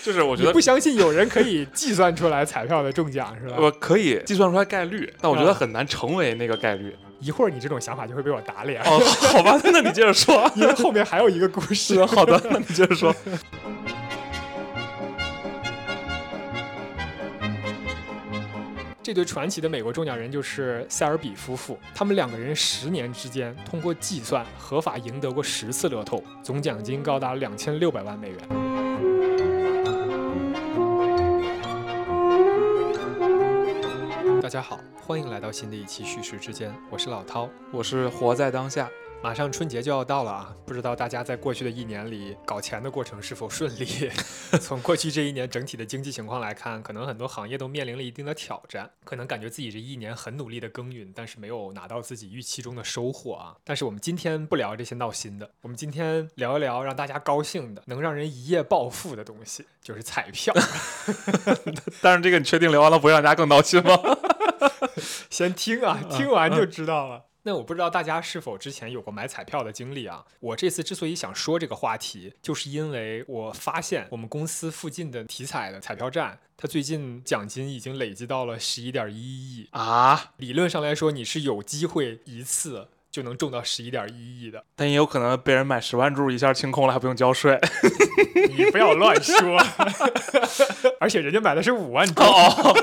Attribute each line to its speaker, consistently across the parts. Speaker 1: 就是我觉
Speaker 2: 你
Speaker 1: 得
Speaker 2: 不相信有人可以计算出来彩票的中奖是吧？
Speaker 1: 我可以啊嗯计算出来概率，但我觉得很难成为那个概率。
Speaker 2: 一会儿你这种想法就会被我打脸，
Speaker 1: 哦，好吧，那你接着说。
Speaker 2: 因为后面还有一个故事
Speaker 1: 是。 好的，那你接着说。
Speaker 2: 这对传奇的美国中奖人就是塞尔比夫妇，他们两个人十年之间通过计算合法赢得过十次乐透，总奖金高达两千六百万美元。大家好，欢迎来到新的一期《叙事之间》，我是老涛。
Speaker 1: 我是活在当下，
Speaker 2: 马上春节就要到了啊，不知道大家在过去的一年里搞钱的过程是否顺利？从过去这一年整体的经济情况来看，可能很多行业都面临了一定的挑战，可能感觉自己这一年很努力的耕耘，但是没有拿到自己预期中的收获啊。但是我们今天不聊这些闹心的，我们今天聊一聊让大家高兴的，能让人一夜暴富的东西，就是彩票。
Speaker 1: 但是这个你确定聊完了不会让大家更闹心吗？
Speaker 2: 先听啊，听完就知道了。嗯那我不知道大家是否之前有过买彩票的经历啊？我这次之所以想说这个话题，就是因为我发现我们公司附近的体彩的彩票站，它最近奖金已经累积到了十一点一亿。
Speaker 1: 啊，
Speaker 2: 理论上来说，你是有机会一次就能中到十一点一亿的。
Speaker 1: 但也有可能被人买十万注一下清空了，还不用交 税。
Speaker 2: 你不要乱 说， 而且人家买的是五万注。
Speaker 1: 哦，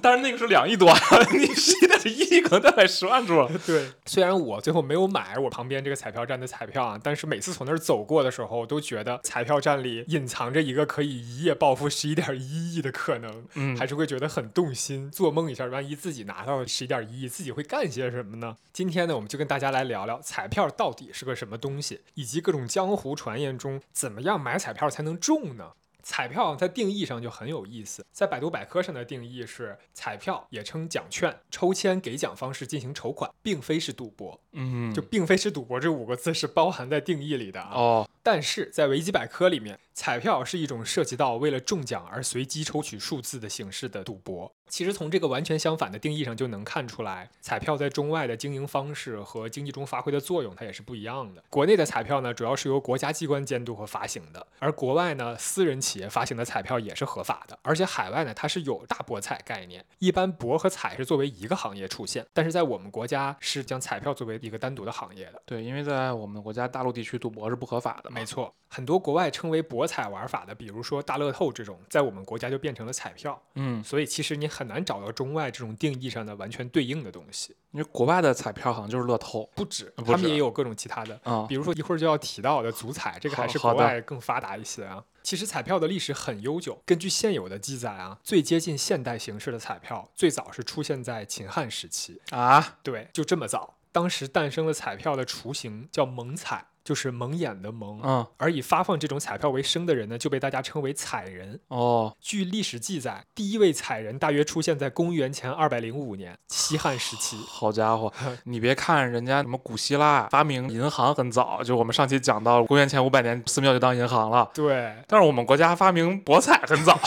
Speaker 1: 但是那个是两亿多，你十一点一亿可能得买十万注了。
Speaker 2: 对，虽然我最后没有买我旁边这个彩票站的彩票啊，但是每次从那儿走过的时候，都觉得彩票站里隐藏着一个可以一夜暴富十一点一亿的可能，
Speaker 1: 嗯
Speaker 2: 还是会觉得很动心。做梦一下，万一自己拿到十一点一亿，自己会干些什么呢？今天呢，我们就跟大家来聊聊彩票到底是个什么东西，以及各种江湖传言中怎么样买彩票才能中呢？彩票在定义上就很有意思，在百度百科上的定义是：彩票也称奖券，抽签给奖方式进行筹款，并非是赌博。
Speaker 1: 嗯，
Speaker 2: 就并非是赌博这五个字是包含在定义里的啊。
Speaker 1: 哦，
Speaker 2: 但是在维基百科里面，彩票是一种涉及到为了中奖而随机抽取数字的形式的赌博。其实从这个完全相反的定义上就能看出来，彩票在中外的经营方式和经济中发挥的作用，它也是不一样的。国内的彩票呢，主要是由国家机关监督和发行的，而国外呢，私人企业发行的彩票也是合法的。而且海外呢，它是有大博彩概念，一般博和彩是作为一个行业出现，但是在我们国家是将彩票作为一个单独的行业的。
Speaker 1: 对，因为在我们国家大陆地区赌博是不合法的嘛。
Speaker 2: 没错，很多国外称为博彩玩法的，比如说大乐透这种，在我们国家就变成了彩票。
Speaker 1: 嗯，
Speaker 2: 所以其实你很难找到中外这种定义上的完全对应的东西。
Speaker 1: 因为国外的彩票好像就是乐透
Speaker 2: 不止，
Speaker 1: 不
Speaker 2: 他们
Speaker 1: 止
Speaker 2: 也有各种其他的，
Speaker 1: 啊。
Speaker 2: 比如说一会儿就要提到的足彩，这个还
Speaker 1: 好
Speaker 2: 是
Speaker 1: 好
Speaker 2: 国
Speaker 1: 的
Speaker 2: 外更发达一些啊。其实彩票的历史很悠久，根据现有的记载啊，最接近现代形式的彩票最早是出现在秦汉时期，
Speaker 1: 啊，
Speaker 2: 对，就这么早。当时诞生了彩票的雏形叫蒙彩，就是蒙眼的蒙，
Speaker 1: 嗯，
Speaker 2: 而以发放这种彩票为生的人呢，就被大家称为彩人。
Speaker 1: 哦，
Speaker 2: 据历史记载，第一位彩人大约出现在公元前二百零五年，西汉时 期。
Speaker 1: 好家伙，你别看人家什么古希腊发明银行很早，就我们上期讲到公元前五百年寺庙就当银行了，
Speaker 2: 对
Speaker 1: 但是我们国家发明博彩很早。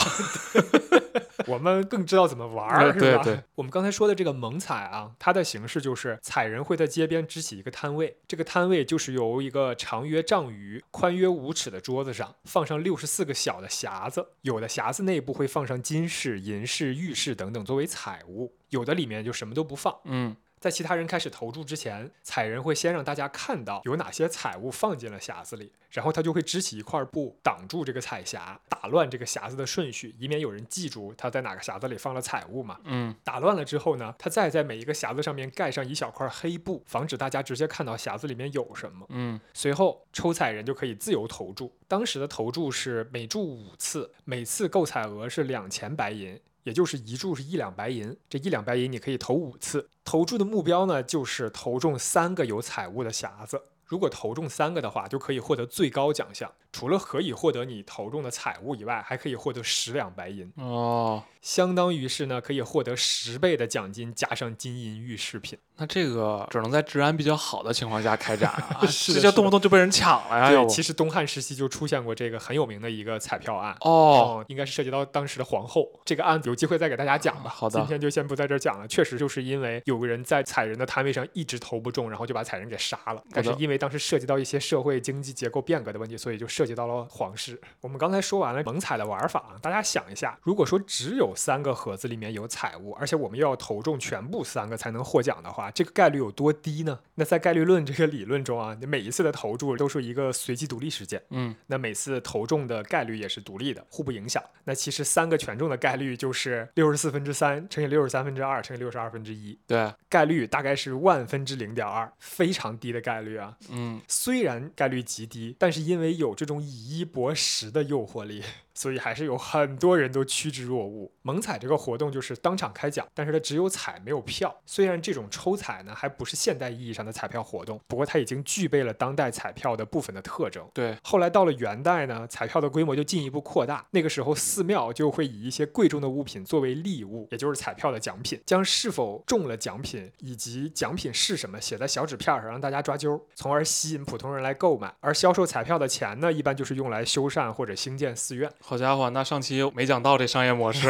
Speaker 2: 我们更知道怎么玩儿，
Speaker 1: 嗯对
Speaker 2: 是吧？
Speaker 1: 对
Speaker 2: 我们刚才说的这个蒙彩啊，它的形式就是彩人会在街边支起一个摊位，这个摊位就是由一个长约丈余、宽约五尺的桌子上放上六十四个小的匣子，有的匣子内部会放上金饰、银饰、玉饰等等作为彩物，有的里面就什么都不放。
Speaker 1: 嗯，
Speaker 2: 在其他人开始投注之前，彩人会先让大家看到有哪些彩物放进了匣子里，然后他就会支起一块布挡住这个彩匣，打乱这个匣子的顺序，以免有人记住他在哪个匣子里放了彩物嘛。
Speaker 1: 嗯，
Speaker 2: 打乱了之后呢，他再在每一个匣子上面盖上一小块黑布，防止大家直接看到匣子里面有什么。
Speaker 1: 嗯，
Speaker 2: 随后，抽彩人就可以自由投注。当时的投注是每注五次，每次购彩额是两钱白银，也就是一注是一两白银。这一两白银你可以投五次。投注的目标呢，就是投中三个有彩物的匣子。如果投中三个的话，就可以获得最高奖项。除了可以获得你投中的彩物以外，还可以获得十两白银，
Speaker 1: 哦，
Speaker 2: 相当于是呢可以获得十倍的奖金，加上金银玉饰品。，
Speaker 1: 那这个只能在治安比较好的情况下开展啊
Speaker 2: 是的
Speaker 1: 这
Speaker 2: 是的
Speaker 1: 叫动不动就被人抢了呀！要
Speaker 2: 对，
Speaker 1: 不
Speaker 2: 其实东汉时期就出现过这个很有名的一个彩票案。
Speaker 1: 哦，
Speaker 2: 哦，应该是涉及到当时的皇后这个案子，有机会再给大家讲吧。
Speaker 1: 好的
Speaker 2: 今天就先不在这儿讲了。确实就是因为有个人在彩人的摊位上一直投不中，然后就把彩人给杀了。但是因为当时涉及到一些社会经济结构变革的问题，所以就涉及到了皇室。我们刚才说完了蒙彩的玩法，啊大家想一下，如果说只有三个盒子里面有彩物，而且我们又要投中全部三个才能获奖的话，这个概率有多低呢？那在概率论这个理论中啊，你每一次的投注都是一个随机独立事件。
Speaker 1: 嗯，
Speaker 2: 那每次投中的概率也是独立的，互不影响。那其实三个全中的概率就是六十四分之三乘以六十三分之二乘以六十二分之一，
Speaker 1: 对，
Speaker 2: 概率大概是万分之零点二，非常低的概率啊。
Speaker 1: 嗯，
Speaker 2: 虽然概率极低，但是因为有这种以一博十的诱惑力，所以还是有很多人都趋之若鹜。蒙彩这个活动就是当场开奖，但是它只有彩没有票。虽然这种抽彩呢还不是现代意义上的彩票活动，不过它已经具备了当代彩票的部分的特征。
Speaker 1: 对，
Speaker 2: 后来到了元代呢，彩票的规模就进一步扩大。那个时候，寺庙就会以一些贵重的物品作为礼物，也就是彩票的奖品，将是否中了奖品以及奖品是什么写在小纸片上，让大家抓阄，从而吸引普通人来购买。而销售彩票的钱呢，一般就是用来修缮或者兴建寺院。
Speaker 1: 好家伙，那上期没讲到这商业模式，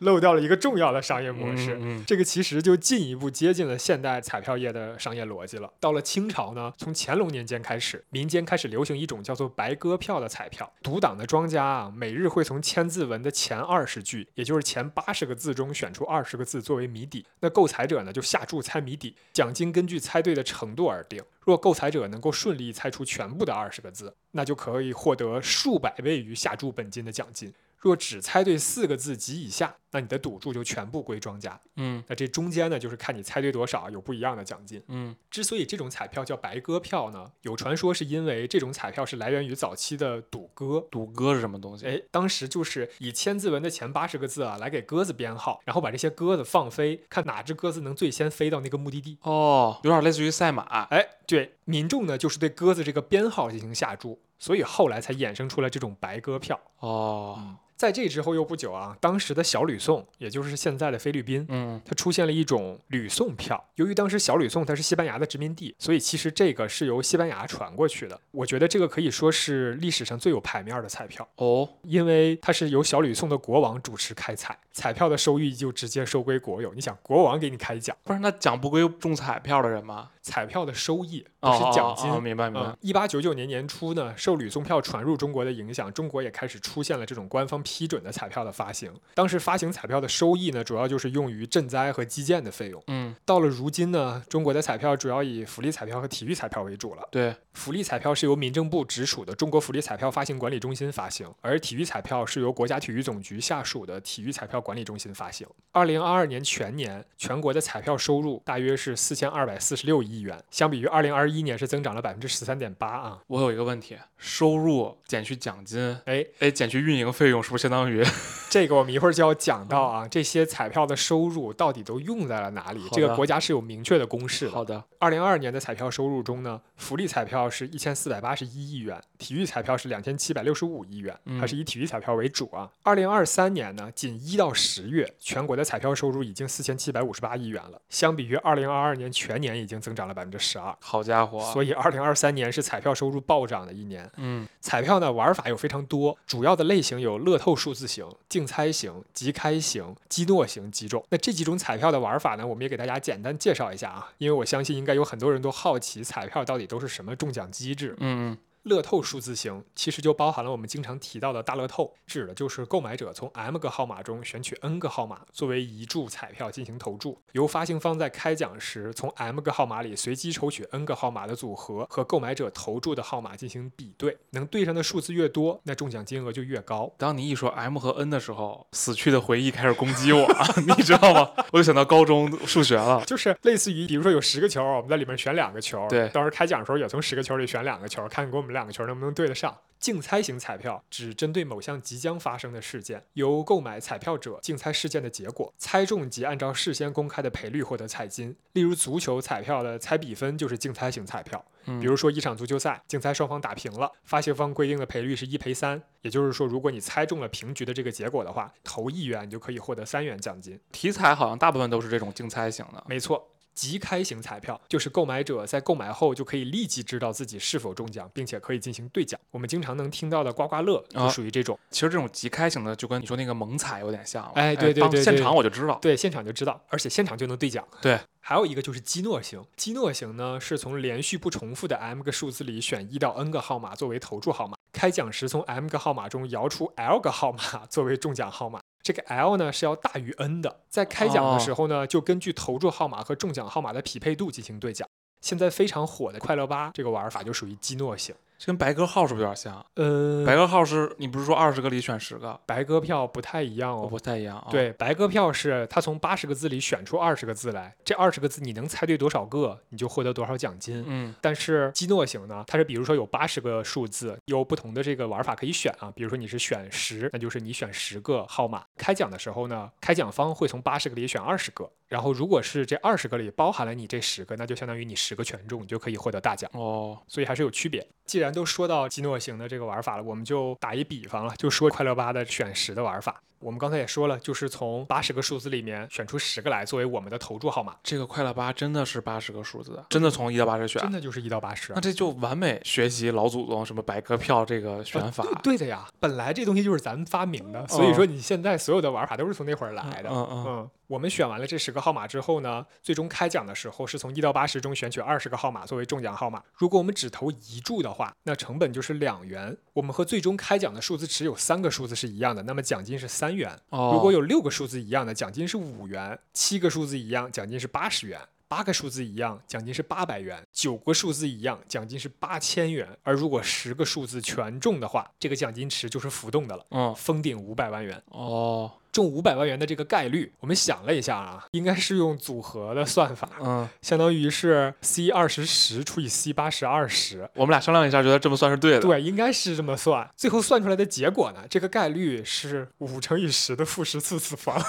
Speaker 2: 漏掉了一个重要的商业模式。
Speaker 1: 嗯嗯
Speaker 2: 这个其实就进一步接近了现代彩票业的商业逻辑了。到了清朝呢，从乾隆年间开始，民间开始流行一种叫做白鸽票的彩票。独党的庄家啊，每日会从千字文的前二十句，也就是前八十个字中选出二十个字作为谜底。那购彩者呢，就下注猜谜底，奖金根据猜对的程度而定。若购彩者能够顺利猜出全部的二十个字，那就可以获得数百倍于下注本金的奖金。若只猜对四个字及以下，那你的赌注就全部归庄家。
Speaker 1: 嗯
Speaker 2: 那这中间呢，就是看你猜对多少，有不一样的奖金。
Speaker 1: 嗯，
Speaker 2: 之所以这种彩票叫白鸽票呢，有传说是因为这种彩票是来源于早期的赌鸽。
Speaker 1: 赌鸽是什么东西？
Speaker 2: 哎，当时就是以千字文的前八十个字啊，来给鸽子编号，然后把这些鸽子放飞，看哪只鸽子能最先飞到那个目的地。
Speaker 1: 哦，有点类似于赛马，
Speaker 2: 哎，对，民众呢就是对鸽子这个编号进行下注，所以后来才衍生出来这种白鸽票。
Speaker 1: 哦，
Speaker 2: 在这之后又不久啊，当时的小吕宋，也就是现在的菲律宾，
Speaker 1: 嗯，
Speaker 2: 它出现了一种吕宋票。由于当时小吕宋它是西班牙的殖民地，所以其实这个是由西班牙传过去的。我觉得这个可以说是历史上最有牌面的彩票，
Speaker 1: 哦，
Speaker 2: 因为它是由小吕宋的国王主持开采，彩票的收益就直接收归国有。你想，国王给你开奖，
Speaker 1: 不是，那奖不归中彩票的人吗？
Speaker 2: 彩票的收益不
Speaker 1: 哦，
Speaker 2: 是奖金。嗯
Speaker 1: 哦哦明白明白。
Speaker 2: 一八九九年年初呢，受吕宋票传入中国的影响，中国也开始出现了这种官方批准的彩票的发行。当时发行彩票的收益呢，主要就是用于赈灾和基建的费用。
Speaker 1: 嗯，
Speaker 2: 到了如今呢，中国的彩票主要以福利彩票和体育彩票为主了。
Speaker 1: 对，
Speaker 2: 福利彩票是由民政部直属的中国福利彩票发行管理中心发行，而体育彩票是由国家体育总局下属的体育彩票管理中心发行。二零二二年全年，全国的彩票收入大约是四千二百四十六亿元，相比于二零二一年是增长了百分之十三点八啊。
Speaker 1: 我有一个问题，收入减去奖金，
Speaker 2: 哎，
Speaker 1: 哎，减去运营费用，是不是相当于？
Speaker 2: 这个我们一会儿就要讲到啊，这些彩票的收入到底都用在了哪里
Speaker 1: 好？的
Speaker 2: 这个国家是有明确的公式的。
Speaker 1: 好的，
Speaker 2: 二零二二年的彩票收入中呢，福利彩票是一千四百八十一亿元，体育彩票是两千七百六十五亿元，
Speaker 1: 嗯
Speaker 2: 还是以体育彩票为主啊。二零二三年呢，仅一到十月，全国的彩票收入已经四千七百五十八亿元了，相比于二零二二年全年已经增长了百分之十二。
Speaker 1: 好家伙，
Speaker 2: 所以，二零二三年是彩票收入暴涨的一年。
Speaker 1: 嗯，
Speaker 2: 彩票呢，玩法有非常多，主要的类型有乐透数字型、竞猜型、即开型、基诺型几种。那这几种彩票的玩法呢，我们也给大家简单介绍一下啊，因为我相信应该有很多人都好奇彩票到底都是什么中奖机制。
Speaker 1: 嗯
Speaker 2: 乐透数字型其实就包含了我们经常提到的大乐透，指的就是购买者从 M 个号码中选取 N 个号码作为一注彩票进行投注，由发行方在开奖时从 M 个号码里随机抽取 N 个号码的组合和购买者投注的号码进行比对，能对上的数字越多，那中奖金额就越高。
Speaker 1: 当你一说 M 和 N 的时候，死去的回忆开始攻击我，啊 你知道吗？我就想到高中数学了。
Speaker 2: 就是类似于，比如说有十个球，我们在里面选两个球，
Speaker 1: 对
Speaker 2: 到时候开奖的时候也从十个球里选两个球，看给我们两个球能不能对得上。竞猜型彩票只针对某项即将发生的事件，由购买彩票者竞猜事件的结果，猜中即按照事先公开的赔率获得彩金。例如足球彩票的猜比分就是竞猜型彩票。
Speaker 1: 嗯
Speaker 2: 比如说一场足球赛，竞猜双方打平了，发行方规定的赔率是一赔三，也就是说，如果你猜中了平局的这个结果的话，投一元你就可以获得三元奖金。
Speaker 1: 题材好像大部分都是这种竞猜型的。
Speaker 2: 没错，即开型彩票就是购买者在购买后就可以立即知道自己是否中奖，并且可以进行兑奖。我们经常能听到的刮刮乐就
Speaker 1: 啊
Speaker 2: 属于这种，
Speaker 1: 其实这种即开型的，就跟你说那个猛彩有点像了。
Speaker 2: 哎对对
Speaker 1: 当
Speaker 2: 对
Speaker 1: 现
Speaker 2: 对
Speaker 1: 场我就知道。
Speaker 2: 对，现场就知道，而且现场就能兑奖。
Speaker 1: 对。
Speaker 2: 还有一个就是基诺型，基诺型呢是从连续不重复的 m 个数字里选一到 n 个号码作为投注号码，开奖时从 m 个号码中摇出 l 个号码 作为中奖号码。这个 l 呢是要大于 n 的，在开奖
Speaker 1: 哦
Speaker 2: 的时候呢，就根据投注号码和中奖号码的匹配度进行兑奖。现在非常火的快乐八这个玩法就属于基诺型。
Speaker 1: 这跟白鸽号是不是有点像？
Speaker 2: 呃，
Speaker 1: 白鸽号是你不是说二十个里选十个？
Speaker 2: 白鸽票不太一样
Speaker 1: 我
Speaker 2: 哦，
Speaker 1: 不太一样啊。，
Speaker 2: 对，白鸽票是他从八十个字里选出二十个字来，这二十个字你能猜对多少个，你就获得多少奖金。
Speaker 1: 嗯，
Speaker 2: 但是基诺型呢，它是比如说有八十个数字，有不同的这个玩法可以选啊。比如说你是选十，那就是你选十个号码。开奖的时候呢，开奖方会从八十个里选二十个，然后如果是这二十个里包含了你这十个，那就相当于你十个全中，你就可以获得大奖。
Speaker 1: 哦，
Speaker 2: 所以还是有区别。既然都说到基诺型的这个玩法了，我们就打一比方了，就说快乐八的选十的玩法。我们刚才也说了，就是从八十个数字里面选出十个来作为我们的投注号码，
Speaker 1: 这个快乐八真的是八十个数字，啊真的从一到八十选
Speaker 2: 真。的就是一到八十啊
Speaker 1: 那。这就完美学习老祖宗什么白鸽票这个选法。
Speaker 2: 呃对对的呀，本来这东西就是咱们发明的，所以说你现在所有的玩法都是从那会儿来的。
Speaker 1: 嗯嗯
Speaker 2: 嗯，我们选完了这十个号码之后呢，最终开奖的时候是从一到八十中选取二十个号码作为中奖号码。如果我们只投一注的话，那成本就是两元。我们和最终开奖的数字只有三个数字是一样的，那么奖金是三元。
Speaker 1: 哦，
Speaker 2: 如果有六个数字一样的，奖金是五元；七个数字一样，奖金是八十元；八个数字一样，奖金是八百元；九个数字一样，奖金是八千元。而如果十个数字全中的话，这个奖金池就是浮动的了，
Speaker 1: 嗯
Speaker 2: 封顶五百万元。
Speaker 1: 哦
Speaker 2: 中五百万元的这个概率，我们想了一下啊，应该是用组合的算法，
Speaker 1: 嗯，
Speaker 2: 相当于是 c 二十十除以 c 八十二十。
Speaker 1: 我们俩商量一下，觉得这么算是对的。
Speaker 2: 对，应该是这么算。最后算出来的结果呢，这个概率是五乘以十的负十次次方。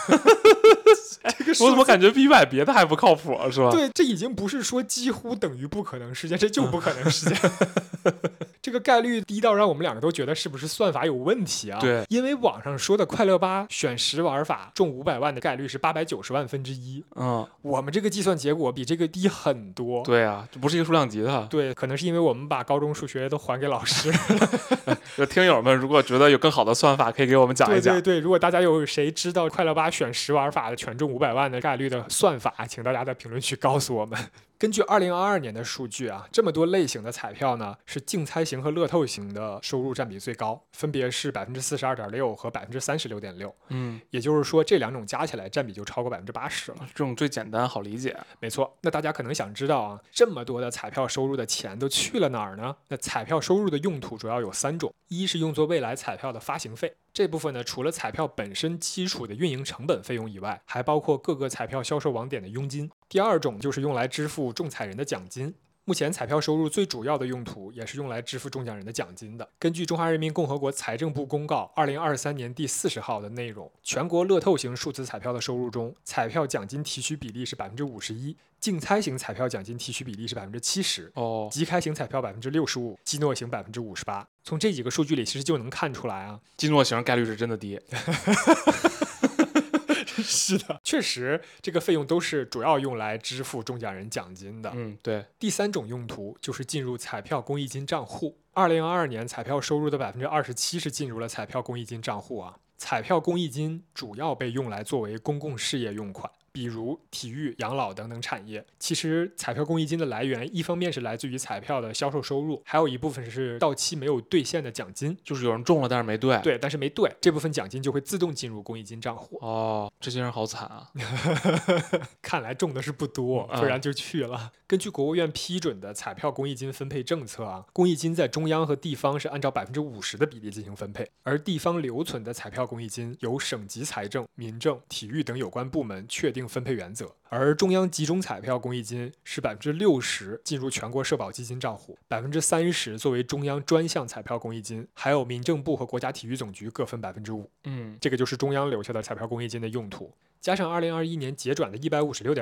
Speaker 2: 这个数
Speaker 1: 我怎么
Speaker 2: 字
Speaker 1: 感觉啊比买别的还不靠谱，啊是吧？
Speaker 2: 对，这已经不是说几乎等于不可能事件，这
Speaker 1: 嗯
Speaker 2: 就不可能事件。 这个概率低到让我们两个都觉得是不是算法有问题啊？
Speaker 1: 对，
Speaker 2: 因为网上说的快乐八选十玩法中五百万的概率是八百九十万分之一，
Speaker 1: 嗯，
Speaker 2: 我们这个计算结果比这个低很多。
Speaker 1: 对啊，这不是一个数量级的。
Speaker 2: 对可能是因为我们把高中数学都还给 老师。
Speaker 1: 就听友们如果觉得有更好的算法，可以给我们讲
Speaker 2: 对
Speaker 1: 一讲
Speaker 2: 对。对，如果大家有谁知道快乐八选十玩法的全中五百万的概率的算法，请大家在评论区告诉我们。 根据二零二二年的数据啊，这么多类型的彩票呢，是竞猜型和乐透型的收入占比最高，分别是百分之四十二点六和百分之三十六点六。
Speaker 1: 嗯，
Speaker 2: 也就是说，这两种加起来占比就超过百分之八十了。
Speaker 1: 这种最简单好理解。
Speaker 2: 没错，那大家可能想知道啊，这么多的彩票收入的钱都去了哪儿呢？那彩票收入的用途主要有三种，一是用作未来彩票的发行费，这部分呢，除了彩票本身基础的运营成本费用以外，还包括各个彩票销售网点的佣金。第二种就是用来支付中彩人的奖金。目前彩票收入最主要的用途也是用来支付中奖人的奖金的。根据《中华人民共和国财政部公告》二零二三年第四十号的内容，全国乐透型数字彩票的收入中，彩票奖金提取比例是百分之五十一，竞猜型彩票奖金提取比例是百分之七十，
Speaker 1: 哦，
Speaker 2: 即开型彩票百分之六十五，基诺型百分之五十八。从这几个数据里，其实就能看出来啊，
Speaker 1: 基诺型概率是真的低。
Speaker 2: 是的，确实这个费用都是主要用来支付中奖人奖金的。
Speaker 1: 嗯，对，
Speaker 2: 第三种用途就是进入彩票公益金账户。二零二二年，彩票收入的百分之二十七是进入了彩票公益金账户啊。彩票公益金主要被用来作为公共事业用款，比如体育、养老等等产业。其实，彩票公益金的来源，一方面是来自于彩票的销售收入，还有一部分是到期没有兑现的奖金。
Speaker 1: 就是有人中了，但是没对。
Speaker 2: 对，但是没兑，这部分奖金就会自动进入公益金账户。
Speaker 1: 哦，这些人好惨啊！
Speaker 2: 看来中的是不多，
Speaker 1: 嗯
Speaker 2: 不然就去了。 根据国务院批准的彩票公益金分配政策啊，公益金在中央和地方是按照百分之五十的比例进行分配，而地方留存的彩票公益金由省级财政、民政、体育等有关部门确定定分配原则，而中央集中彩票公益金是百分之六十进入全国社保基金账户，百分之三十作为中央专项彩票公益金，还有民政部和国家体育总局各分百分之五。
Speaker 1: 嗯，
Speaker 2: 这个就是中央留下的彩票公益金的用途。加上2021年结转的156.14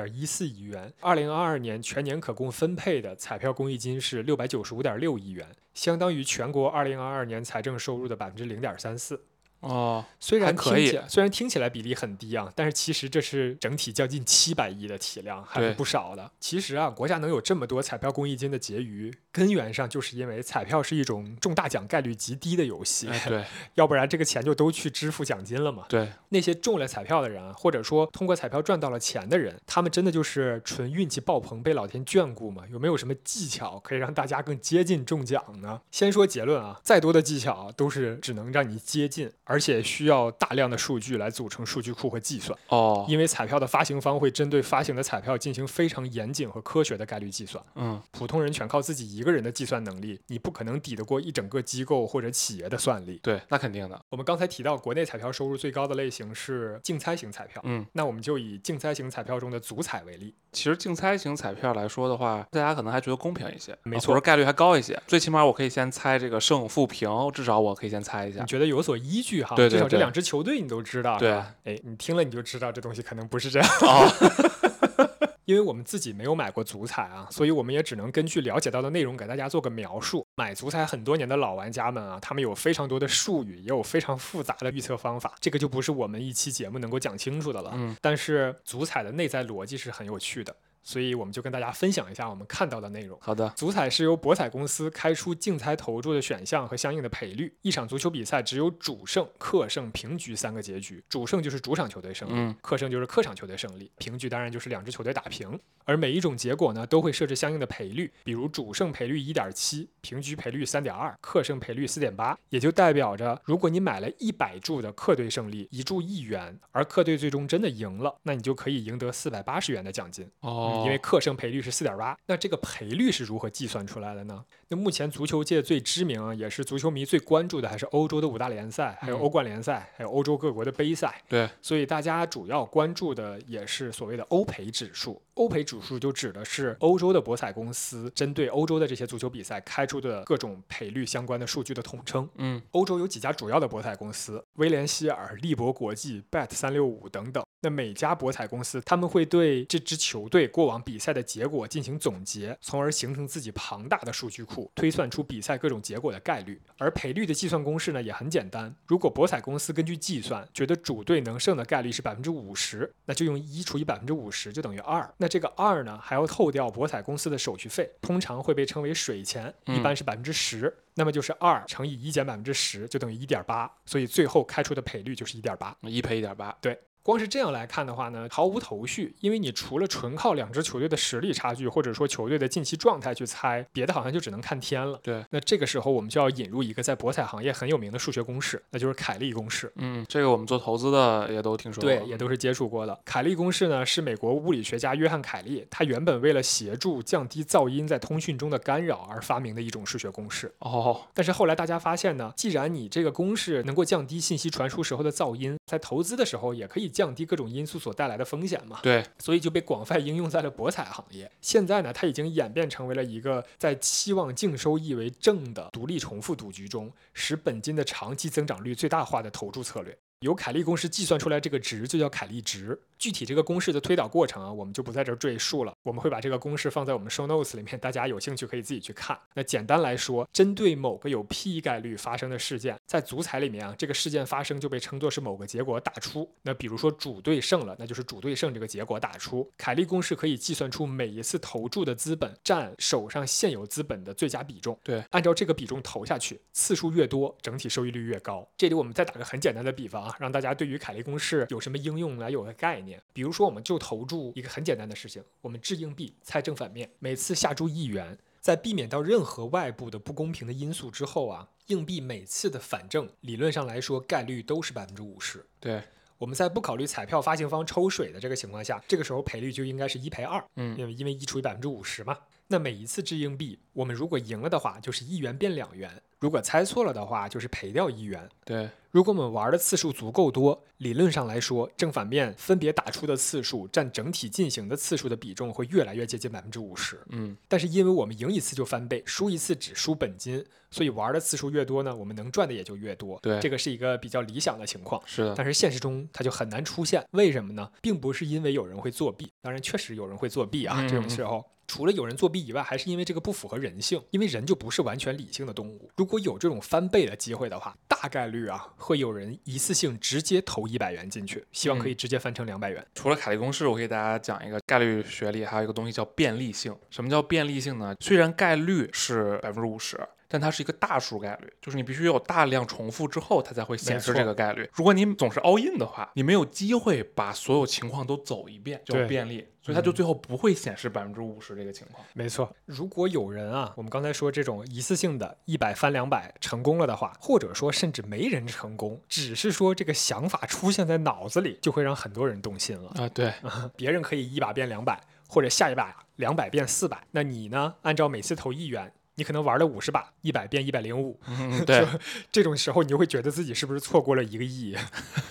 Speaker 2: 亿元，2 0 2 2年全年可供分配的彩票公益金是695.6亿元，相当于全国2022年财政收入的百分之零点三四。
Speaker 1: 哦，
Speaker 2: 虽然
Speaker 1: 还可以
Speaker 2: 听起来虽然听起来比例很低啊，但是其实这是整体将近七百亿的体量，还是
Speaker 1: 对
Speaker 2: 不少的。其实啊，国家能有这么多彩票公益金的结余，根源上就是因为彩票是一种中大奖概率极低的游戏，
Speaker 1: 哎，对
Speaker 2: 要不然这个钱就都去支付奖金了嘛。
Speaker 1: 对，
Speaker 2: 那些中了彩票的人啊，或者说通过彩票赚到了钱的人，他们真的就是纯运气爆棚，被老天眷顾吗？有没有什么技巧可以让大家更接近中奖呢？先说结论啊，再多的技巧都是只能让你接近，而且需要大量的数据来组成数据库和计算，
Speaker 1: 哦，
Speaker 2: 因为彩票的发行方会针对发行的彩票进行非常严谨和科学的概率计算。
Speaker 1: 嗯，
Speaker 2: 普通人全靠自己一个人的计算能力，你不可能抵得过一整个机构或者企业的算力。
Speaker 1: 对，那肯定的，
Speaker 2: 我们刚才提到，国内彩票收入最高的类型是竞猜型彩票。
Speaker 1: 嗯。
Speaker 2: 那我们就以竞猜型彩票中的足彩为例，
Speaker 1: 其实竞猜型彩票来说的话，大家可能还觉得公平一些，
Speaker 2: 没
Speaker 1: 啊
Speaker 2: 错
Speaker 1: 或者概率还高一些。最起码我可以先猜这个胜负平，至少我可以先猜一
Speaker 2: 你
Speaker 1: 下。
Speaker 2: 觉得有所依据哈？
Speaker 1: 对
Speaker 2: 至
Speaker 1: 对
Speaker 2: 少这
Speaker 1: 对
Speaker 2: 两支球队你都知道。
Speaker 1: 对啊
Speaker 2: 是吧，哎，你听了你就知道这东西可能不是这样，
Speaker 1: 哦，
Speaker 2: 因为我们自己没有买过足彩啊，所以我们也只能根据了解到的内容给大家做个描述。买足彩很多年的老玩家们啊，他们有非常多的术语，也有非常复杂的预测方法，这个就不是我们一期节目能够讲清楚的了。
Speaker 1: 嗯，
Speaker 2: 但是足彩的内在逻辑是很有趣的，所以我们就跟大家分享一下我们看到的内容。
Speaker 1: 好的，嗯
Speaker 2: 足彩是由博彩公司开出竞猜投注的选项和相应的赔率。一场足球比赛只有主胜、客胜、平局三个结局。主胜就是主场球队胜利，
Speaker 1: 嗯
Speaker 2: 客胜就是客场球队胜利，平局当然就是两支球队打平。而每一种结果呢，都会设置相应的赔率，比如主胜赔率一点七，平局赔率三点二，客胜赔率四点八，也就代表着如果你买了一百注的客队胜利，一注一元，而客队最终真的赢了，那你就可以赢得四百八十元的奖金。
Speaker 1: 哦
Speaker 2: 嗯，因为客胜赔率是四点八。那这个赔率是如何计算出来的呢？那目前足球界最知名，也是足球迷最关注的，还是欧洲的五大联赛，还有
Speaker 1: 嗯
Speaker 2: 欧冠联赛，还有欧洲各国的杯赛。
Speaker 1: 对，
Speaker 2: 所以大家主要关注的也是所谓的欧赔指数。欧赔指数就指的是欧洲的博彩公司针对欧洲的这些足球比赛开出的各种赔率相关的数据的统称。
Speaker 1: 嗯，
Speaker 2: 欧洲有几家主要的博彩公司，威廉希尔、利博国际、Bet 三六五等等。那每家博彩公司，他们会对这支球队过往比赛的结果进行总结，从而形成自己庞大的数据库，推算出比赛各种结果的概率。而赔率的计算公式呢也很简单，如果博彩公司根据计算觉得主队能胜的概率是百分之五十，那就用一除以百分之五十就等于二。那这个二呢还要扣掉博彩公司的手续费，通常会被称为水钱，一
Speaker 1: 嗯
Speaker 2: 般是百分之十。那么就是二乘以一减百分之十就等于一点八，所以最后开出的赔率就是一点八。
Speaker 1: 一赔一点八，
Speaker 2: 对，光是这样来看的话呢，毫无头绪，因为你除了纯靠两支球队的实力差距，或者说球队的近期状态去猜，别的好像就只能看天了。
Speaker 1: 对，
Speaker 2: 那这个时候我们就要引入一个在博彩行业很有名的数学公式，那就是凯利公式。
Speaker 1: 嗯，这个我们做投资的也都听说过，
Speaker 2: 对，也都是接触过的。凯利公式呢，是美国物理学家约翰·凯利，他原本为了协助降低噪音在通讯中的干扰而发明的一种数学公式。
Speaker 1: 哦，
Speaker 2: 但是后来大家发现呢，既然你这个公式能够降低信息传输时候的噪音，在投资的时候也可以降低各种因素所带来的风险嘛，
Speaker 1: 对，
Speaker 2: 所以就被广泛应用在了博彩行业。现在呢，它已经演变成为了一个在期望净收益为正的独立重复赌局中，使本金的长期增长率最大化的投注策略。由凯利公式计算出来这个值就叫凯利值。具体这个公式的推导过程啊，我们就不在这儿赘述了。我们会把这个公式放在我们 show notes 里面，大家有兴趣可以自己去看。那简单来说，针对某个有 P 概率发生的事件，在足彩里面啊，这个事件发生就被称作是某个结果打出。那比如说主队胜了，那就是主队胜这个结果打出。凯利公式可以计算出每一次投注的资本占手上现有资本的最佳比重。按照这个比重投下去，次数越多，整体收益率越高。这里我们再打个很简单的比方啊，让大家对于凯利公式有什么应用来有个概念。比如说，我们就投注一个很简单的事情，我们掷硬币猜正反面，每次下注一元。在避免到任何外部的不公平的因素之后啊，硬币每次的反正理论上来说概率都是百分之五十。
Speaker 1: 对，
Speaker 2: 我们在不考虑彩票发行方抽水的这个情况下，这个时候赔率就应该是一赔二，
Speaker 1: 嗯
Speaker 2: 因为因为一除以百分之五十嘛。那每一次掷硬币，我们如果赢了的话，就是一元变两元；如果猜错了的话，就是赔掉一元。
Speaker 1: 对，
Speaker 2: 如果我们玩的次数足够多，理论上来说，正反面分别打出的次数占整体进行的次数的比重会越来越接近百分之五十。
Speaker 1: 嗯，
Speaker 2: 但是因为我们赢一次就翻倍，输一次只输本金，所以玩的次数越多呢，我们能赚的也就越多。
Speaker 1: 对
Speaker 2: 这个是一个比较理想的情况。
Speaker 1: 是的，
Speaker 2: 但是现实中它就很难出现，为什么呢？并不是因为有人会作弊，当然确实有人会作弊啊，
Speaker 1: 嗯
Speaker 2: 这种时候。除了有人作弊以外，还是因为这个不符合人性，因为人就不是完全理性的动物。如果有这种翻倍的机会的话，大概率啊会有人一次性直接投一百元进去，希望
Speaker 1: 嗯
Speaker 2: 可以直接翻成两百元。
Speaker 1: 除了凯利公式，我给大家讲一个概率学里还有一个东西叫便利性。什么叫便利性呢？虽然概率是百分之五十。但它是一个大数概率，就是你必须有大量重复之后，它才会显
Speaker 2: 没
Speaker 1: 示
Speaker 2: 错
Speaker 1: 这个概率。如果你总是 all in 的话，你没有机会把所有情况都走一遍，叫
Speaker 2: 对
Speaker 1: 便利，所以它就
Speaker 2: 嗯
Speaker 1: 最后不会显示百分之五十这个情况。
Speaker 2: 没错，如果有人啊，我们刚才说这种一次性的一百翻两百成功了的话，或者说甚至没人成功，只是说这个想法出现在脑子里，就会让很多人动心了。
Speaker 1: 啊，对，
Speaker 2: 别人可以一把变两百，或者下一把两百变四百，那你呢？按照每次投一元，你可能玩了五十把，一百变一百零五，
Speaker 1: 嗯，对，
Speaker 2: 这种时候你就会觉得自己是不是错过了一个亿？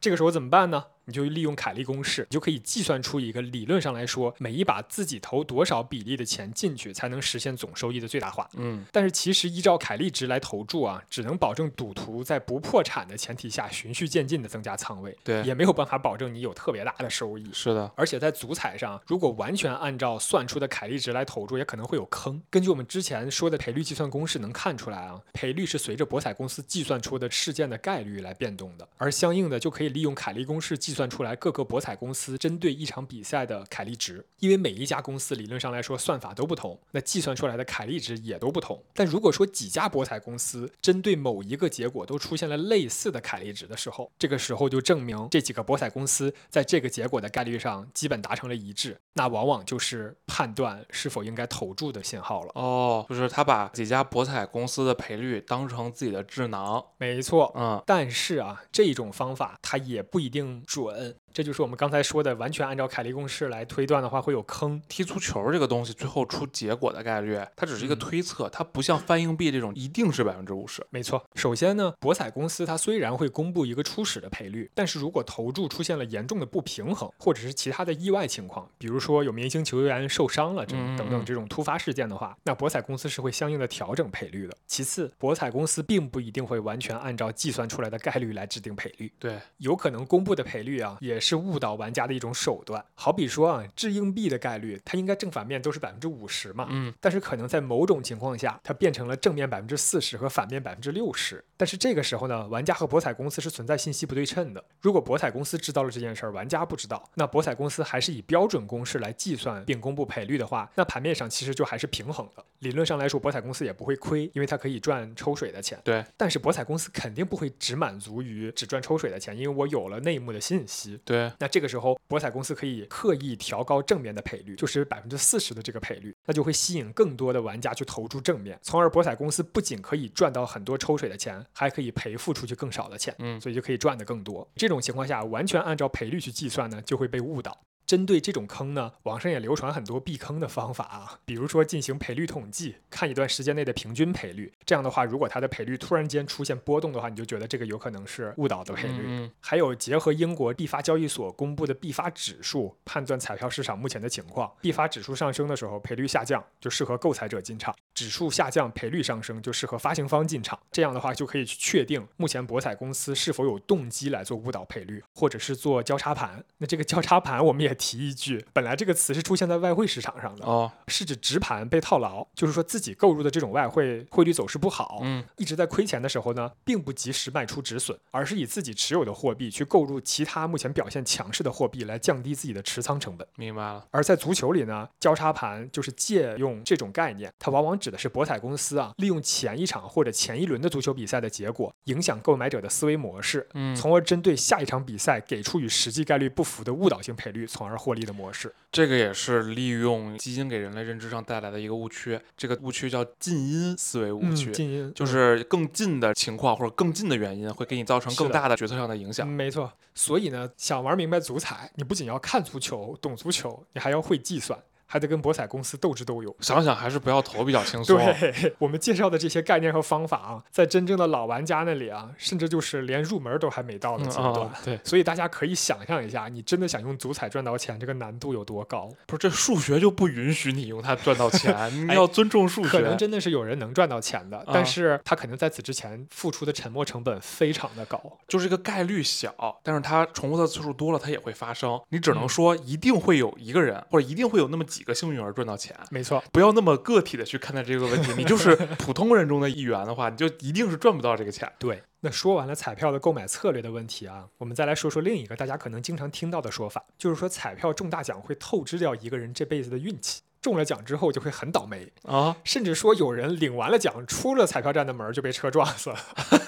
Speaker 2: 这个时候怎么办呢？你就利用凯利公式，你就可以计算出一个理论上来说，每一把自己投多少比例的钱进去，才能实现总收益的最大化。
Speaker 1: 嗯，
Speaker 2: 但是其实依照凯利值来投注啊，只能保证赌徒在不破产的前提下循序渐进的增加仓位，
Speaker 1: 对
Speaker 2: 也没有办法保证你有特别大的收益。
Speaker 1: 是的，
Speaker 2: 而且在足彩上，如果完全按照算出的凯利值来投注，也可能会有坑。根据我们之前说的赔率计算公式能看出来啊，赔率是随着博彩公司计算出的事件的概率来变动的，而相应的就可以利用凯利公式计算出来各个博彩公司针对一场比赛的凯利值。因为每一家公司理论上来说算法都不同，那计算出来的凯利值也都不同。但如果说几家博彩公司针对某一个结果都出现了类似的凯利值的时候，这个时候就证明这几个博彩公司在这个结果的概率上基本达成了一致，那往往就是判断是否应该投注的信号了。
Speaker 1: 哦，就是他把几家博彩公司的赔率当成自己的智囊，
Speaker 2: 没错，
Speaker 1: 嗯，
Speaker 2: 但是啊，这种方法它也不一定准。这就是我们刚才说的，完全按照凯利公式来推断的话会有坑。
Speaker 1: 踢足球这个东西最后出结果的概率，它只是一个
Speaker 2: 嗯
Speaker 1: 推测，它不像翻硬币这种一定是百分之五十。
Speaker 2: 没错，首先呢，博彩公司它虽然会公布一个初始的赔率，但是如果投注出现了严重的不平衡，或者是其他的意外情况，比如说有明星球员受伤了这
Speaker 1: 嗯嗯
Speaker 2: 种等等
Speaker 1: 嗯
Speaker 2: 这种突发事件的话，那博彩公司是会相应的调整赔率的。其次，博彩公司并不一定会完全按照计算出来的概率来制定赔率，
Speaker 1: 对，
Speaker 2: 有可能公布的赔率啊，也是误导玩家的一种手段。好比说啊，掷硬币的概率，它应该正反面都是百分之五十嘛，
Speaker 1: 嗯，
Speaker 2: 但是可能在某种情况下，它变成了正面百分之四十和反面百分之六十。但是这个时候呢，玩家和博彩公司是存在信息不对称的。如果博彩公司知道了这件事儿，玩家不知道，那博彩公司还是以标准公式来计算并公布赔率的话，那盘面上其实就还是平衡的。理论上来说，博彩公司也不会亏，因为它可以赚抽水的钱。
Speaker 1: 对，
Speaker 2: 但是博彩公司肯定不会只满足于只赚抽水的钱，因为我有了内幕的信息。
Speaker 1: 对，
Speaker 2: 那这个时候，博彩公司可以刻意调高正面的赔率，就是百分之四十的这个赔率，那就会吸引更多的玩家去投注正面，从而博彩公司不仅可以赚到很多抽水的钱，还可以赔付出去更少的钱，
Speaker 1: 嗯
Speaker 2: 所以就可以赚得更多。这种情况下，完全按照赔率去计算呢，就会被误导。针对这种坑呢，网上也流传很多避坑的方法啊，比如说进行赔率统计，看一段时间内的平均赔率。这样的话，如果它的赔率突然间出现波动的话，你就觉得这个有可能是误导的赔率。
Speaker 1: 嗯，
Speaker 2: 还有结合英国必发交易所公布的必发指数，判断彩票市场目前的情况。必发指数上升的时候，赔率下降就适合购彩者进场；指数下降，赔率上升就适合发行方进场。这样的话，就可以去确定目前博彩公司是否有动机来做误导赔率，或者是做交叉盘。那这个交叉盘，我们也提一句，本来这个词是出现在外汇市场上的，
Speaker 1: 哦，
Speaker 2: 是指直盘被套牢，就是说自己购入的这种外汇汇率走势不好，
Speaker 1: 嗯，
Speaker 2: 一直在亏钱的时候呢，并不及时卖出止损，而是以自己持有的货币去购入其他目前表现强势的货币来降低自己的持仓成本。
Speaker 1: 明白了。
Speaker 2: 而在足球里呢，交叉盘就是借用这种概念，它往往指的是博彩公司啊，利用前一场或者前一轮的足球比赛的结果，影响购买者的思维模式，
Speaker 1: 嗯
Speaker 2: 从而针对下一场比赛给出与实际概率不符的误导性赔率，从而获利的模式。
Speaker 1: 这个也是利用基因给人类认知上带来的一个误区，这个误区叫近因思维误区，
Speaker 2: 静音
Speaker 1: 就
Speaker 2: 嗯
Speaker 1: 是更近的情况或者更近的原因会给你造成
Speaker 2: 是
Speaker 1: 更
Speaker 2: 的
Speaker 1: 大的决策上的影响。
Speaker 2: 嗯没错，所以呢，想玩明白足彩，你不仅要看足球、懂足球，你还要会计算，还得跟博彩公司斗智斗勇。
Speaker 1: 想想还是不要投比较轻松。
Speaker 2: 对 我们介绍的这些概念和方法啊，在真正的老玩家那里啊，甚至就是连入门都还没到的阶段。
Speaker 1: 啊，对，
Speaker 2: 所以大家可以想象一下，你真的想用足彩赚到钱，这个难度有多高？
Speaker 1: 不是这数学就不允许你用它赚到钱，你
Speaker 2: 哎
Speaker 1: 要尊重数
Speaker 2: 可能
Speaker 1: 学。啊
Speaker 2: 真的是有人能赚到钱的，但是他可能在此之前付出的沉没成本非常的高。
Speaker 1: 就是一个概率小，但是它重复的次数多了，它也会发生。你只能
Speaker 2: 嗯
Speaker 1: 说一定会有一个人，或者一定会有那么几个幸运儿赚到钱。
Speaker 2: 没错，
Speaker 1: 不要那么个体的去看待这个问题，你就是普通人中的一员的话，你就一定是赚不到这个钱。
Speaker 2: 对。那说完了彩票的购买策略的问题啊，我们再来说说另一个大家可能经常听到的说法，就是说彩票中大奖会透支掉一个人这辈子的运气。中了奖之后就会很倒霉，
Speaker 1: 啊？
Speaker 2: 甚至说有人领完了奖，出了彩票站的门儿就被车撞死了。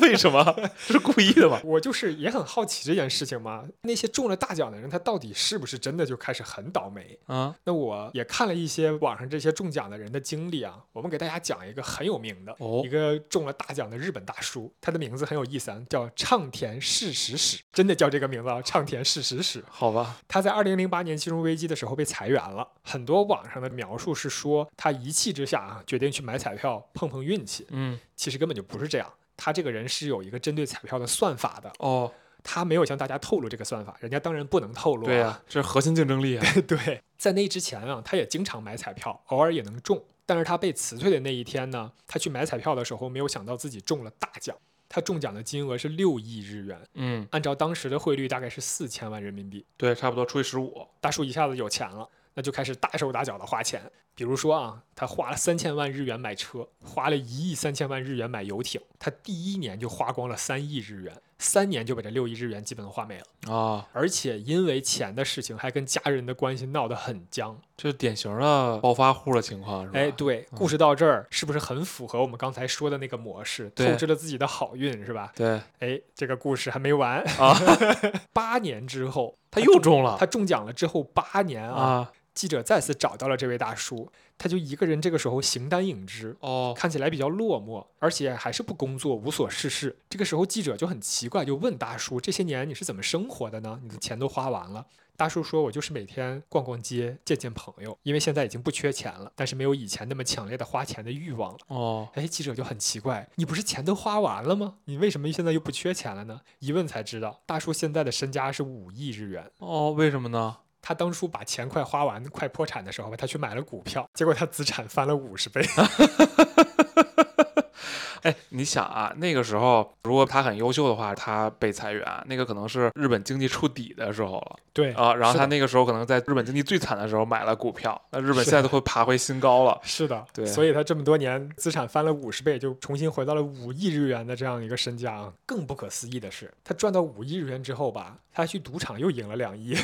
Speaker 1: 为什么？ 这是故意的吗？
Speaker 2: 我就是也很好奇这件事情嘛，那些中了大奖的人，他到底是不是真的就开始很倒霉？
Speaker 1: 啊，
Speaker 2: 那我也看了一些网上这些中奖的人的经历啊，我们给大家讲一个很有名的，
Speaker 1: 哦
Speaker 2: 一个中了大奖的日本大叔，他的名字很有意思啊，叫畅田世石史，真的叫这个名字啊，畅田世石史。
Speaker 1: 好吧，
Speaker 2: 他在二零零八年金融危机的时候被裁员了，很多网上的描述是说他一气之下啊，决定去买彩票碰碰运气，
Speaker 1: 嗯，
Speaker 2: 其实根本就不是这样。他这个人是有一个针对彩票的算法的，
Speaker 1: 哦，
Speaker 2: 他没有向大家透露这个算法，人家当然不能透露、啊。
Speaker 1: 对呀、这是核心竞争 力啊。
Speaker 2: 对，在那之前啊，他也经常买彩票，偶尔也能中。但是他被辞退的那一天呢，他去买彩票的时候，没有想到自己中了大奖。他中奖的金额是六亿日元，
Speaker 1: 嗯，
Speaker 2: 按照当时的汇率大概是四千万人民币。
Speaker 1: 对，差不多除以十五。
Speaker 2: 大叔一下子有钱了，那就开始大手大脚的花钱。比如说啊，他花了三千万日元买车，花了一亿三千万日元买游艇。他第一年就花光了三亿日元，三年就把这六亿日元基本都花没了。
Speaker 1: 啊，
Speaker 2: 而且因为钱的事情，还跟家人的关系闹得很僵。
Speaker 1: 这是典型的暴发户的情况，是吧？
Speaker 2: 哎，对，故事到这儿是不是很符合我们刚才说的那个模式？
Speaker 1: 对
Speaker 2: 透支了自己的好运，是吧？
Speaker 1: 对
Speaker 2: 哎，这个故事还没完
Speaker 1: 啊！
Speaker 2: 八年之后，
Speaker 1: 他又中了
Speaker 2: 他中奖了之后八年啊，
Speaker 1: 啊，
Speaker 2: 记者再次找到了这位大叔，他就一个人这个时候形单影只。
Speaker 1: 哦，
Speaker 2: 看起来比较落寞，而且还是不工作，无所事事。这个时候，记者就很奇怪，就问大叔：“这些年你是怎么生活的呢？你的钱都花完了。”大叔说：“我就是每天逛逛街，见见朋友，因为现在已经不缺钱了，但是没有以前那么强烈的花钱的欲望了。”
Speaker 1: 哦，
Speaker 2: 哎，记者就很奇怪，你不是钱都花完了吗？你为什么现在又不缺钱了呢？一问才知道，大叔现在的身家是五亿日元。
Speaker 1: 哦，为什么呢？
Speaker 2: 他当初把钱快花完、快破产的时候吧，他去买了股票，结果他资产翻了五十倍。
Speaker 1: 哎，你想啊，那个时候如果他很优秀的话，他被裁员，那个可能是日本经济触底的时候了
Speaker 2: 对
Speaker 1: 啊。然后
Speaker 2: 哎是
Speaker 1: 他
Speaker 2: 的
Speaker 1: 那个时候可能在日本经济最惨的时候买了股票，那日本
Speaker 2: 是
Speaker 1: 现在都会爬回新高了。
Speaker 2: 是的，
Speaker 1: 对
Speaker 2: 所以他这么多年资产翻了五十倍，就重新回到了五亿日元的这样一个身价啊！更不可思议的是，他赚到五亿日元之后吧，他去赌场又赢了两亿，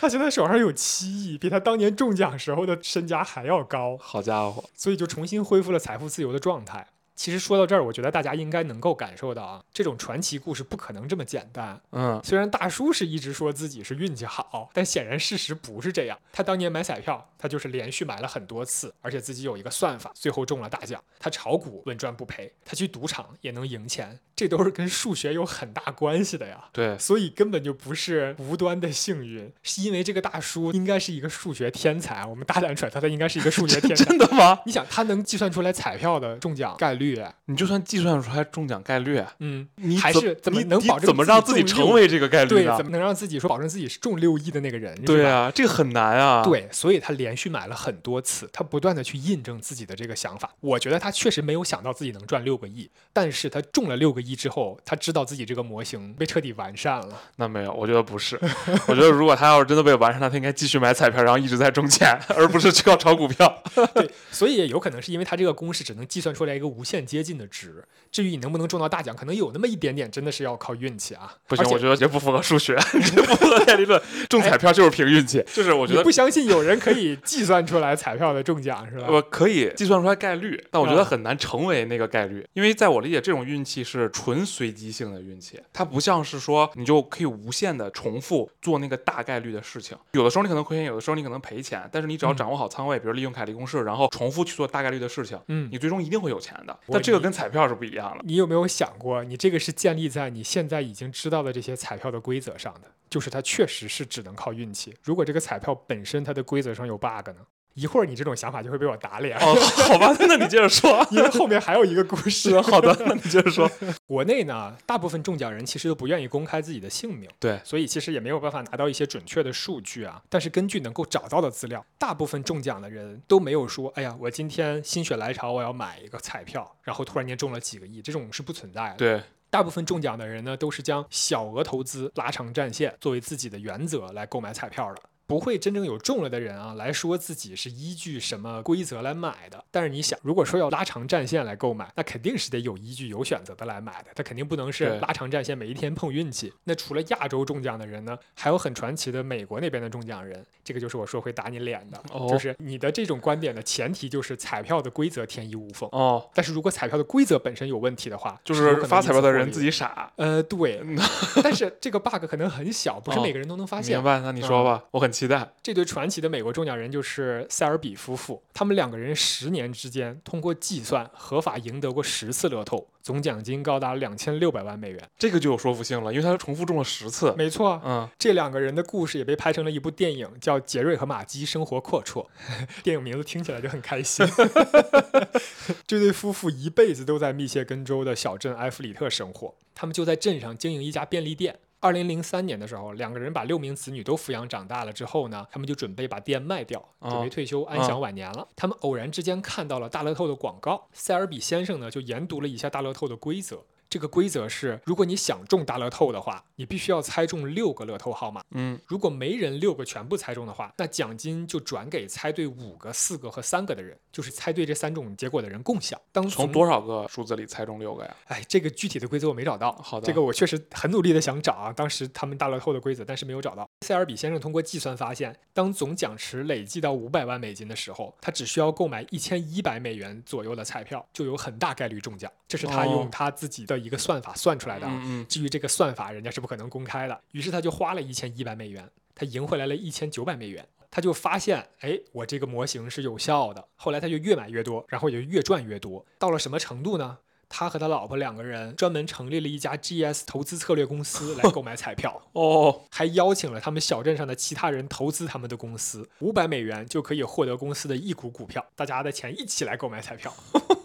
Speaker 2: 他现在手上有七亿，比他当年中奖时候的身家还要高，
Speaker 1: 好家伙，
Speaker 2: 所以就重新恢复了财富自由的状态。其实说到这儿，我觉得大家应该能够感受到啊，这种传奇故事不可能这么简单。
Speaker 1: 嗯，
Speaker 2: 虽然大叔是一直说自己是运气好，但显然事实不是这样。他当年买彩票，他就是连续买了很多次，而且自己有一个算法，最后中了大奖。他炒股稳赚不赔，他去赌场也能赢钱，这都是跟数学有很大关系的呀。
Speaker 1: 对，
Speaker 2: 所以根本就不是无端的幸运，是因为这个大叔应该是一个数学天才。我们大胆揣测，他应该是一个数学天才。
Speaker 1: 真的吗？
Speaker 2: 你想，他能计算出来彩票的中奖概率，啊
Speaker 1: 你就算计算出来中奖概率，
Speaker 2: 嗯，
Speaker 1: 你
Speaker 2: 还
Speaker 1: 怎
Speaker 2: 是怎么
Speaker 1: 你
Speaker 2: 能
Speaker 1: 你
Speaker 2: 保证
Speaker 1: 怎么
Speaker 2: 自己
Speaker 1: 让自己
Speaker 2: 中
Speaker 1: 成
Speaker 2: 六
Speaker 1: 为这个概率
Speaker 2: 对，
Speaker 1: 呢
Speaker 2: 怎？么能让自己说保证自己是中六亿的那个人？是
Speaker 1: 对
Speaker 2: 吧
Speaker 1: 啊，这个很难啊。，
Speaker 2: 对，所以他连续买了很多次，他不断的去印证自己的这个想法。我觉得他确实没有想到自己能赚六个亿，但是他中了六个亿之后，他知道自己这个模型被彻底完善了。
Speaker 1: 那没有，我觉得不是。我觉得如果他要是真的被完善了，他应该继续买彩票，然后一直在中钱， 而不是去靠炒股票。
Speaker 2: 对，所以也有可能是因为他这个公式只能计算出来一个无限接近的值。至于你能不能中到大奖，可能有那么一点点真的是要靠运气啊。
Speaker 1: 不行
Speaker 2: 而，且
Speaker 1: 我觉得也不符合数 学，这不符合概率论。 中彩票就是凭运气，就是我觉
Speaker 2: 你
Speaker 1: 得
Speaker 2: 不相信有人可以计算出来彩票的中奖是吧？
Speaker 1: 我呃可以计算出来概率，但我觉得
Speaker 2: 啊
Speaker 1: 很难成为那个概率，因为在我理解，这种运气是纯随机性的运气，它不像是说你就可以无限的重复做那个大概率的事情。有的时候你可能亏钱，有的时候你可能赔钱，但是你只要
Speaker 2: 嗯
Speaker 1: 掌握好仓位，比如利用凯利公式，然后重复去做大概率的事情，
Speaker 2: 嗯，
Speaker 1: 你最终一定会有钱的。
Speaker 2: 我
Speaker 1: 但这个
Speaker 2: 理
Speaker 1: 跟彩票是不一 样的。
Speaker 2: 你有没有想过，你这个是建立在你现在已经知道的这些彩票的规则上的？就是它确实是只能靠运气。如果这个彩票本身它的规则上有 bug 呢？一会儿你这种想法就会被我打脸，。
Speaker 1: 哦，好吧，那你接着说
Speaker 2: 因为后面还有一个故事。
Speaker 1: 好的，那你接着说。
Speaker 2: 国内呢，大部分中奖人其实都不愿意公开自己的姓名，
Speaker 1: 对
Speaker 2: 所以其实也没有办法拿到一些准确的数据啊。但是根据能够找到的资料，大部分中奖的人都没有说：“哎呀，我今天心血来潮，我要买一个彩票，然后突然间中了几个亿。”这种是不存在 的。
Speaker 1: 对，
Speaker 2: 大部分中奖的人呢，都是将小额投资拉长战线作为自己的原则来购买彩票的。不会真正有中了的人啊，来说自己是依据什么规则来买的。但是你想，如果说要拉长战线来购买，那肯定是得有依据、有选择的来买的。他肯定不能是
Speaker 1: 对
Speaker 2: 拉长战线，每一天碰运气。那除了亚洲中奖的人呢，还有很传奇的美国那边的中奖人。这个就是我说会打你脸的，
Speaker 1: 哦
Speaker 2: 就是你的这种观点的前提就是彩票的规则天衣无缝。
Speaker 1: 哦，
Speaker 2: 但是如果彩票的规则本身有问题的话，
Speaker 1: 就
Speaker 2: 有可
Speaker 1: 是
Speaker 2: 能
Speaker 1: 发
Speaker 2: 因
Speaker 1: 彩票
Speaker 2: 此
Speaker 1: 的
Speaker 2: 获
Speaker 1: 人
Speaker 2: 利
Speaker 1: 自己傻。
Speaker 2: 呃，对， 但是这个 bug 可能很小，不
Speaker 1: 嗯
Speaker 2: 是
Speaker 1: 哦
Speaker 2: 每个人都能发现。啊
Speaker 1: 明白？那你说吧，我很期待。
Speaker 2: 这对传奇的美国中奖人就是塞尔比夫妇，他们两个人十年之间通过计算合法赢得过十次乐透，总奖金高达两千六百万美元。
Speaker 1: 这个就有说服性了，因为他重复中了十次。
Speaker 2: 没错，啊
Speaker 1: 嗯，
Speaker 2: 这两个人的故事也被拍成了一部电影，叫《杰瑞和玛姬生活阔绰》。 电影名字听起来就很开心。 这对夫妇一辈子都在密歇根州的小镇埃弗里特生活，他们就在镇上经营一家便利店。二零零三年的时候，两个人把六名子女都抚养长大了之后呢，他们就准备把店卖掉，
Speaker 1: 哦
Speaker 2: 准备退休安享晚年了。他们偶然之间看到了大乐透的广告，塞尔比先生呢就研读了一下大乐透的规则。这个规则是，如果你想中大乐透的话，你必须要猜中六个乐透号码。
Speaker 1: 嗯，
Speaker 2: 如果没人六个全部猜中的话，那奖金就转给猜对五个、四个和三个的人，就是猜对这三种结果的人共享。当
Speaker 1: 从多少个数字里猜中六个呀？
Speaker 2: 哎，这个具体的规则我没找到。
Speaker 1: 好的
Speaker 2: 这个我确实很努力的想找啊，当时他们大乐透的规则，但是没有找到。塞尔比先生通过计算发现，当总奖池累计到五百万美金的时候，他只需要购买一千一百美元左右的彩票，就有很大概率中奖。这是他
Speaker 1: 哦
Speaker 2: 用他自己的一个算法算出来的啊。
Speaker 1: 嗯
Speaker 2: 至于这个算法，人家是不可能公开的。于是他就花了一千一百美元，他赢回来了一千九百美元。他就发现，哎，我这个模型是有效的。后来他就越买越多，然后也就越赚越多。到了什么程度呢？他和他老婆两个人专门成立了一家 GS 投资策略公司来购买彩票。
Speaker 1: 嗯。哦，
Speaker 2: 还邀请了他们小镇上的其他人投资他们的公司，五百美元就可以获得公司的一股股票，大家的钱一起来购买彩票。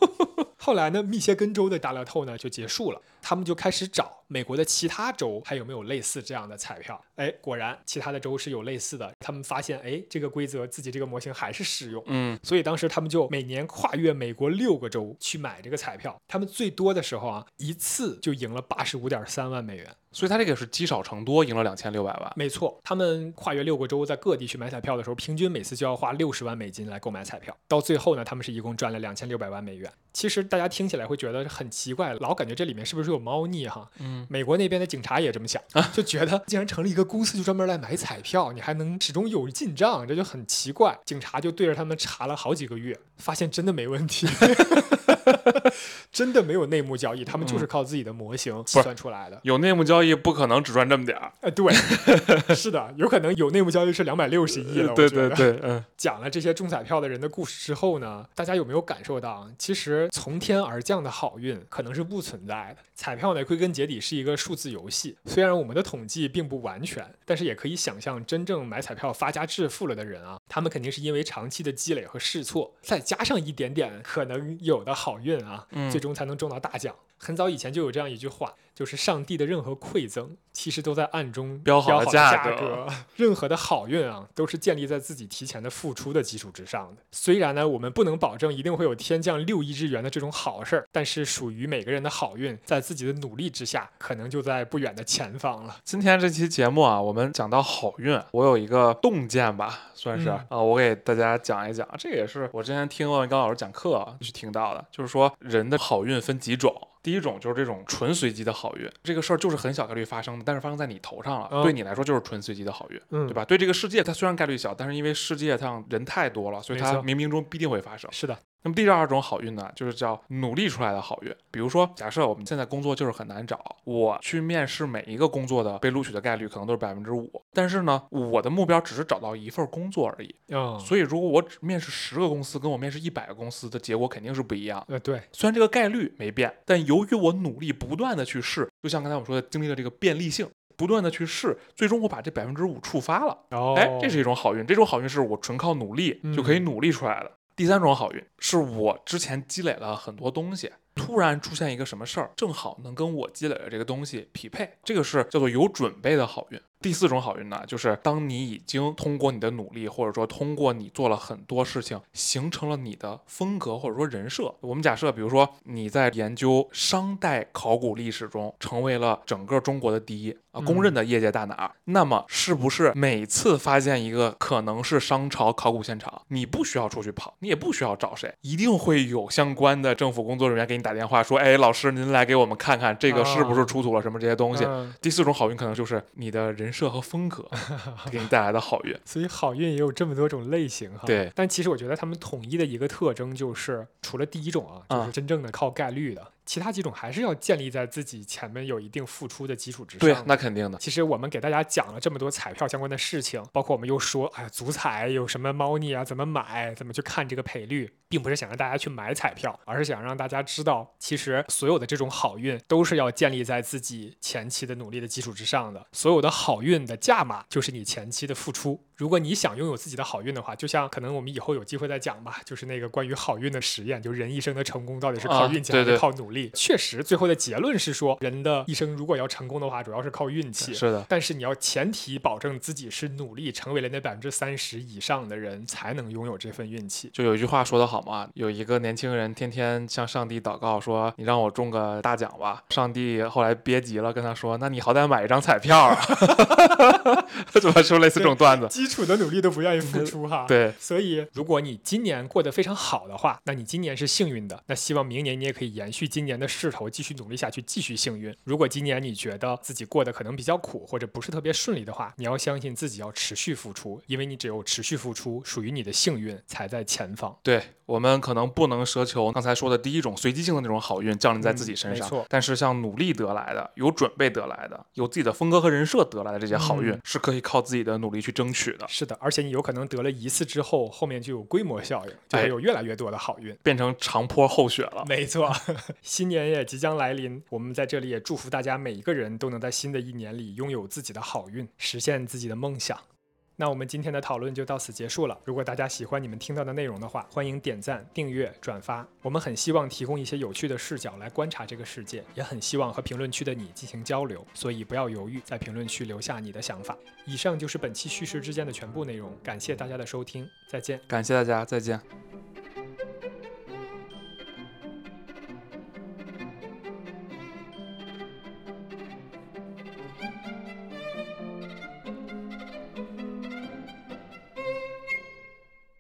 Speaker 2: 后来呢，密歇根州的大乐透呢就结束了，他们就开始找美国的其他州还有没有类似这样的彩票。哎，果然其他的州是有类似的，他们发现哎这个规则自己这个模型还是适用，
Speaker 1: 嗯，
Speaker 2: 所以当时他们就每年跨越美国六个州去买这个彩票，他们最多的时候啊一次就赢了八十五点三万美元。
Speaker 1: 所以他这个是积少成多，赢了两千六百万。
Speaker 2: 没错，他们跨越六个州，在各地去买彩票的时候，平均每次就要花六十万美金来购买彩票。到最后呢，他们是一共赚了两千六百万美元。其实大家听起来会觉得很奇怪，老感觉这里面是不是有猫腻哈？
Speaker 1: 嗯，
Speaker 2: 美国那边的警察也这么想，就觉得既然成立一个公司，就专门来买彩票，你还能始终有进账，这就很奇怪。警察就对着他们查了好几个月，发现真的没问题。 真的没有内幕交易，他们就是靠自己的模型计算出来的。
Speaker 1: 有内幕交易不可能只赚这么点儿。
Speaker 2: 呃，对，是的，有可能有内幕交易是两百六十亿了。我
Speaker 1: 呃对
Speaker 2: 觉
Speaker 1: 对
Speaker 2: 得
Speaker 1: 对， 嗯，
Speaker 2: 讲了这些中彩票的人的故事之后呢，大家有没有感受到啊，其实从天而降的好运可能是不存在的？彩票呢，归根结底是一个数字游戏，虽然我们的统计并不完全，但是也可以想象，真正买彩票发家致富了的人啊，他们肯定是因为长期的积累和试错，再加上一点点可能有的好运啊，
Speaker 1: 嗯
Speaker 2: 最终才能中到大奖。很早以前就有这样一句话，就是上帝的任何馈赠，其实都在暗中
Speaker 1: 标好
Speaker 2: 好
Speaker 1: 了
Speaker 2: 价
Speaker 1: 价格
Speaker 2: 任何的好运啊，都是建立在自己提前的付出的基础之上的。虽然呢，我们不能保证一定会有天降六亿日元的这种好事儿，但是属于每个人的好运，在自己的努力之下，可能就在不远的前方了。
Speaker 1: 今天这期节目啊，我们讲到好运，我有一个洞见吧，算是
Speaker 2: 嗯
Speaker 1: 啊、我给大家讲一讲，这也是我之前听王刚老师讲课啊去听到的，就是说人的好运分几种。第一种就是这种纯随机的好运，这个事儿就是很小概率发生的，但是发生在你头上了，
Speaker 2: 嗯
Speaker 1: 对你来说就是纯随机的好运，
Speaker 2: 嗯
Speaker 1: 对吧？对这个世界，它虽然概率小，但是因为世界上人太多了，所以
Speaker 2: 没
Speaker 1: 它
Speaker 2: 错
Speaker 1: 冥冥中必定会发生。
Speaker 2: 是的，
Speaker 1: 那么第二种好运呢，就是叫努力出来的好运。比如说，假设我们现在工作就是很难找，我去面试每一个工作的被录取的概率可能都是百分之五，但是呢，我的目标只是找到一份工作而已。
Speaker 2: 嗯，
Speaker 1: 所以如果我只面试十个公司，跟我面试一百个公司的结果肯定是不一样。
Speaker 2: 呃，对，
Speaker 1: 虽然这个概率没变，但由于我努力不断的去试，就像刚才我们说的，经历了这个便利性，不断的去试，最终我把这百分之五触发了。
Speaker 2: 哦，
Speaker 1: 哎，这是一种好运，这种好运是我纯靠努力就可以努力出来的。第三种好运是我之前积累了很多东西，突然出现一个什么事儿，正好能跟我积累的这个东西匹配，这个是叫做有准备的好运。第四种好运呢，就是当你已经通过你的努力，或者说通过你做了很多事情，形成了你的风格或者说人设。我们假设，比如说你在研究商代考古历史中成为了整个中国的第一啊，公认的业界大拿，那么是不是每次发现一个可能是商朝考古现场，你不需要出去跑，你也不需要找谁，一定会有相关的政府工作人员给你打电话说，哎，老师您来给我们看看这个是不是出土了什么这些东西。
Speaker 2: 嗯
Speaker 1: 第四种好运可能就是你的人设和风格给你带来的好运。
Speaker 2: 所以好运也有这么多种类型哈。
Speaker 1: 对，
Speaker 2: 但其实我觉得他们统一的一个特征就是，除了第一种啊，就
Speaker 1: 啊
Speaker 2: 是真正的靠概率的，其他几种还是要建立在自己前面有一定付出的基础之上。
Speaker 1: 对，那肯定的。
Speaker 2: 其实我们给大家讲了这么多彩票相关的事情，包括我们又说，哎呀，足彩有什么猫腻啊，怎么买，怎么去看这个赔率，并不是想让大家去买彩票，而是想让大家知道，其实所有的这种好运都是要建立在自己前期的努力的基础之上的。所有的好运的价码就是你前期的付出。如果你想拥有自己的好运的话，就像可能我们以后有机会再讲吧，就是那个关于好运的实验，就人一生的成功到底是靠
Speaker 1: 啊
Speaker 2: 运气
Speaker 1: 对
Speaker 2: 还是
Speaker 1: 对
Speaker 2: 靠努力？确实，最后的结论是说，人的一生如果要成功的话，主要是靠运气。
Speaker 1: 是的，
Speaker 2: 但是你要前提保证自己是努力成为了那百分之三十以上的人，才能拥有这份运气。
Speaker 1: 就有一句话说得好嘛，有一个年轻人天天向上帝祷告说：“你让我中个大奖吧。”上帝后来憋急了，跟他说：“那你好歹买一张彩票啊。” 怎么说类似这种段子？
Speaker 2: 基础的努力都不愿意付出哈。。
Speaker 1: 对，
Speaker 2: 所以，如果你今年过得非常好的话，那你今年是幸运的。那希望明年你也可以延续今年的势头，继续努力下去，继续幸运。如果今年你觉得自己过得可能比较苦，或者不是特别顺利的话，你要相信自己要持续付出，因为你只有持续付出，属于你的幸运才在前方。
Speaker 1: 对我们可能不能奢求刚才说的第一种随机性的那种好运降临在自己身
Speaker 2: 嗯没
Speaker 1: 上，
Speaker 2: 错
Speaker 1: 但是像努力得来的、有准备得来的、有自己的风格和人设得来的这些好运，
Speaker 2: 嗯
Speaker 1: 是可以靠自己的努力去争取的。
Speaker 2: 是的，而且你有可能得了一次之后，后面就有规模效应，就会
Speaker 1: 哎
Speaker 2: 有越来越多的好运。
Speaker 1: 变成长坡厚雪了。
Speaker 2: 没错， 新年也即将来临，我们在这里也祝福大家每一个人都能在新的一年里拥有自己的好运，实现自己的梦想。那我们今天的讨论就到此结束了。如果大家喜欢你们听到的内容的话，欢迎点赞、订阅、转发。我们很希望提供一些有趣的视角来观察这个世界，也很希望和评论区的你进行交流。所以不要犹豫，在评论区留下你的想法。以上就是本期叙事之间的全部内容，感谢大家的收听，再见。
Speaker 1: 感谢大家，再见。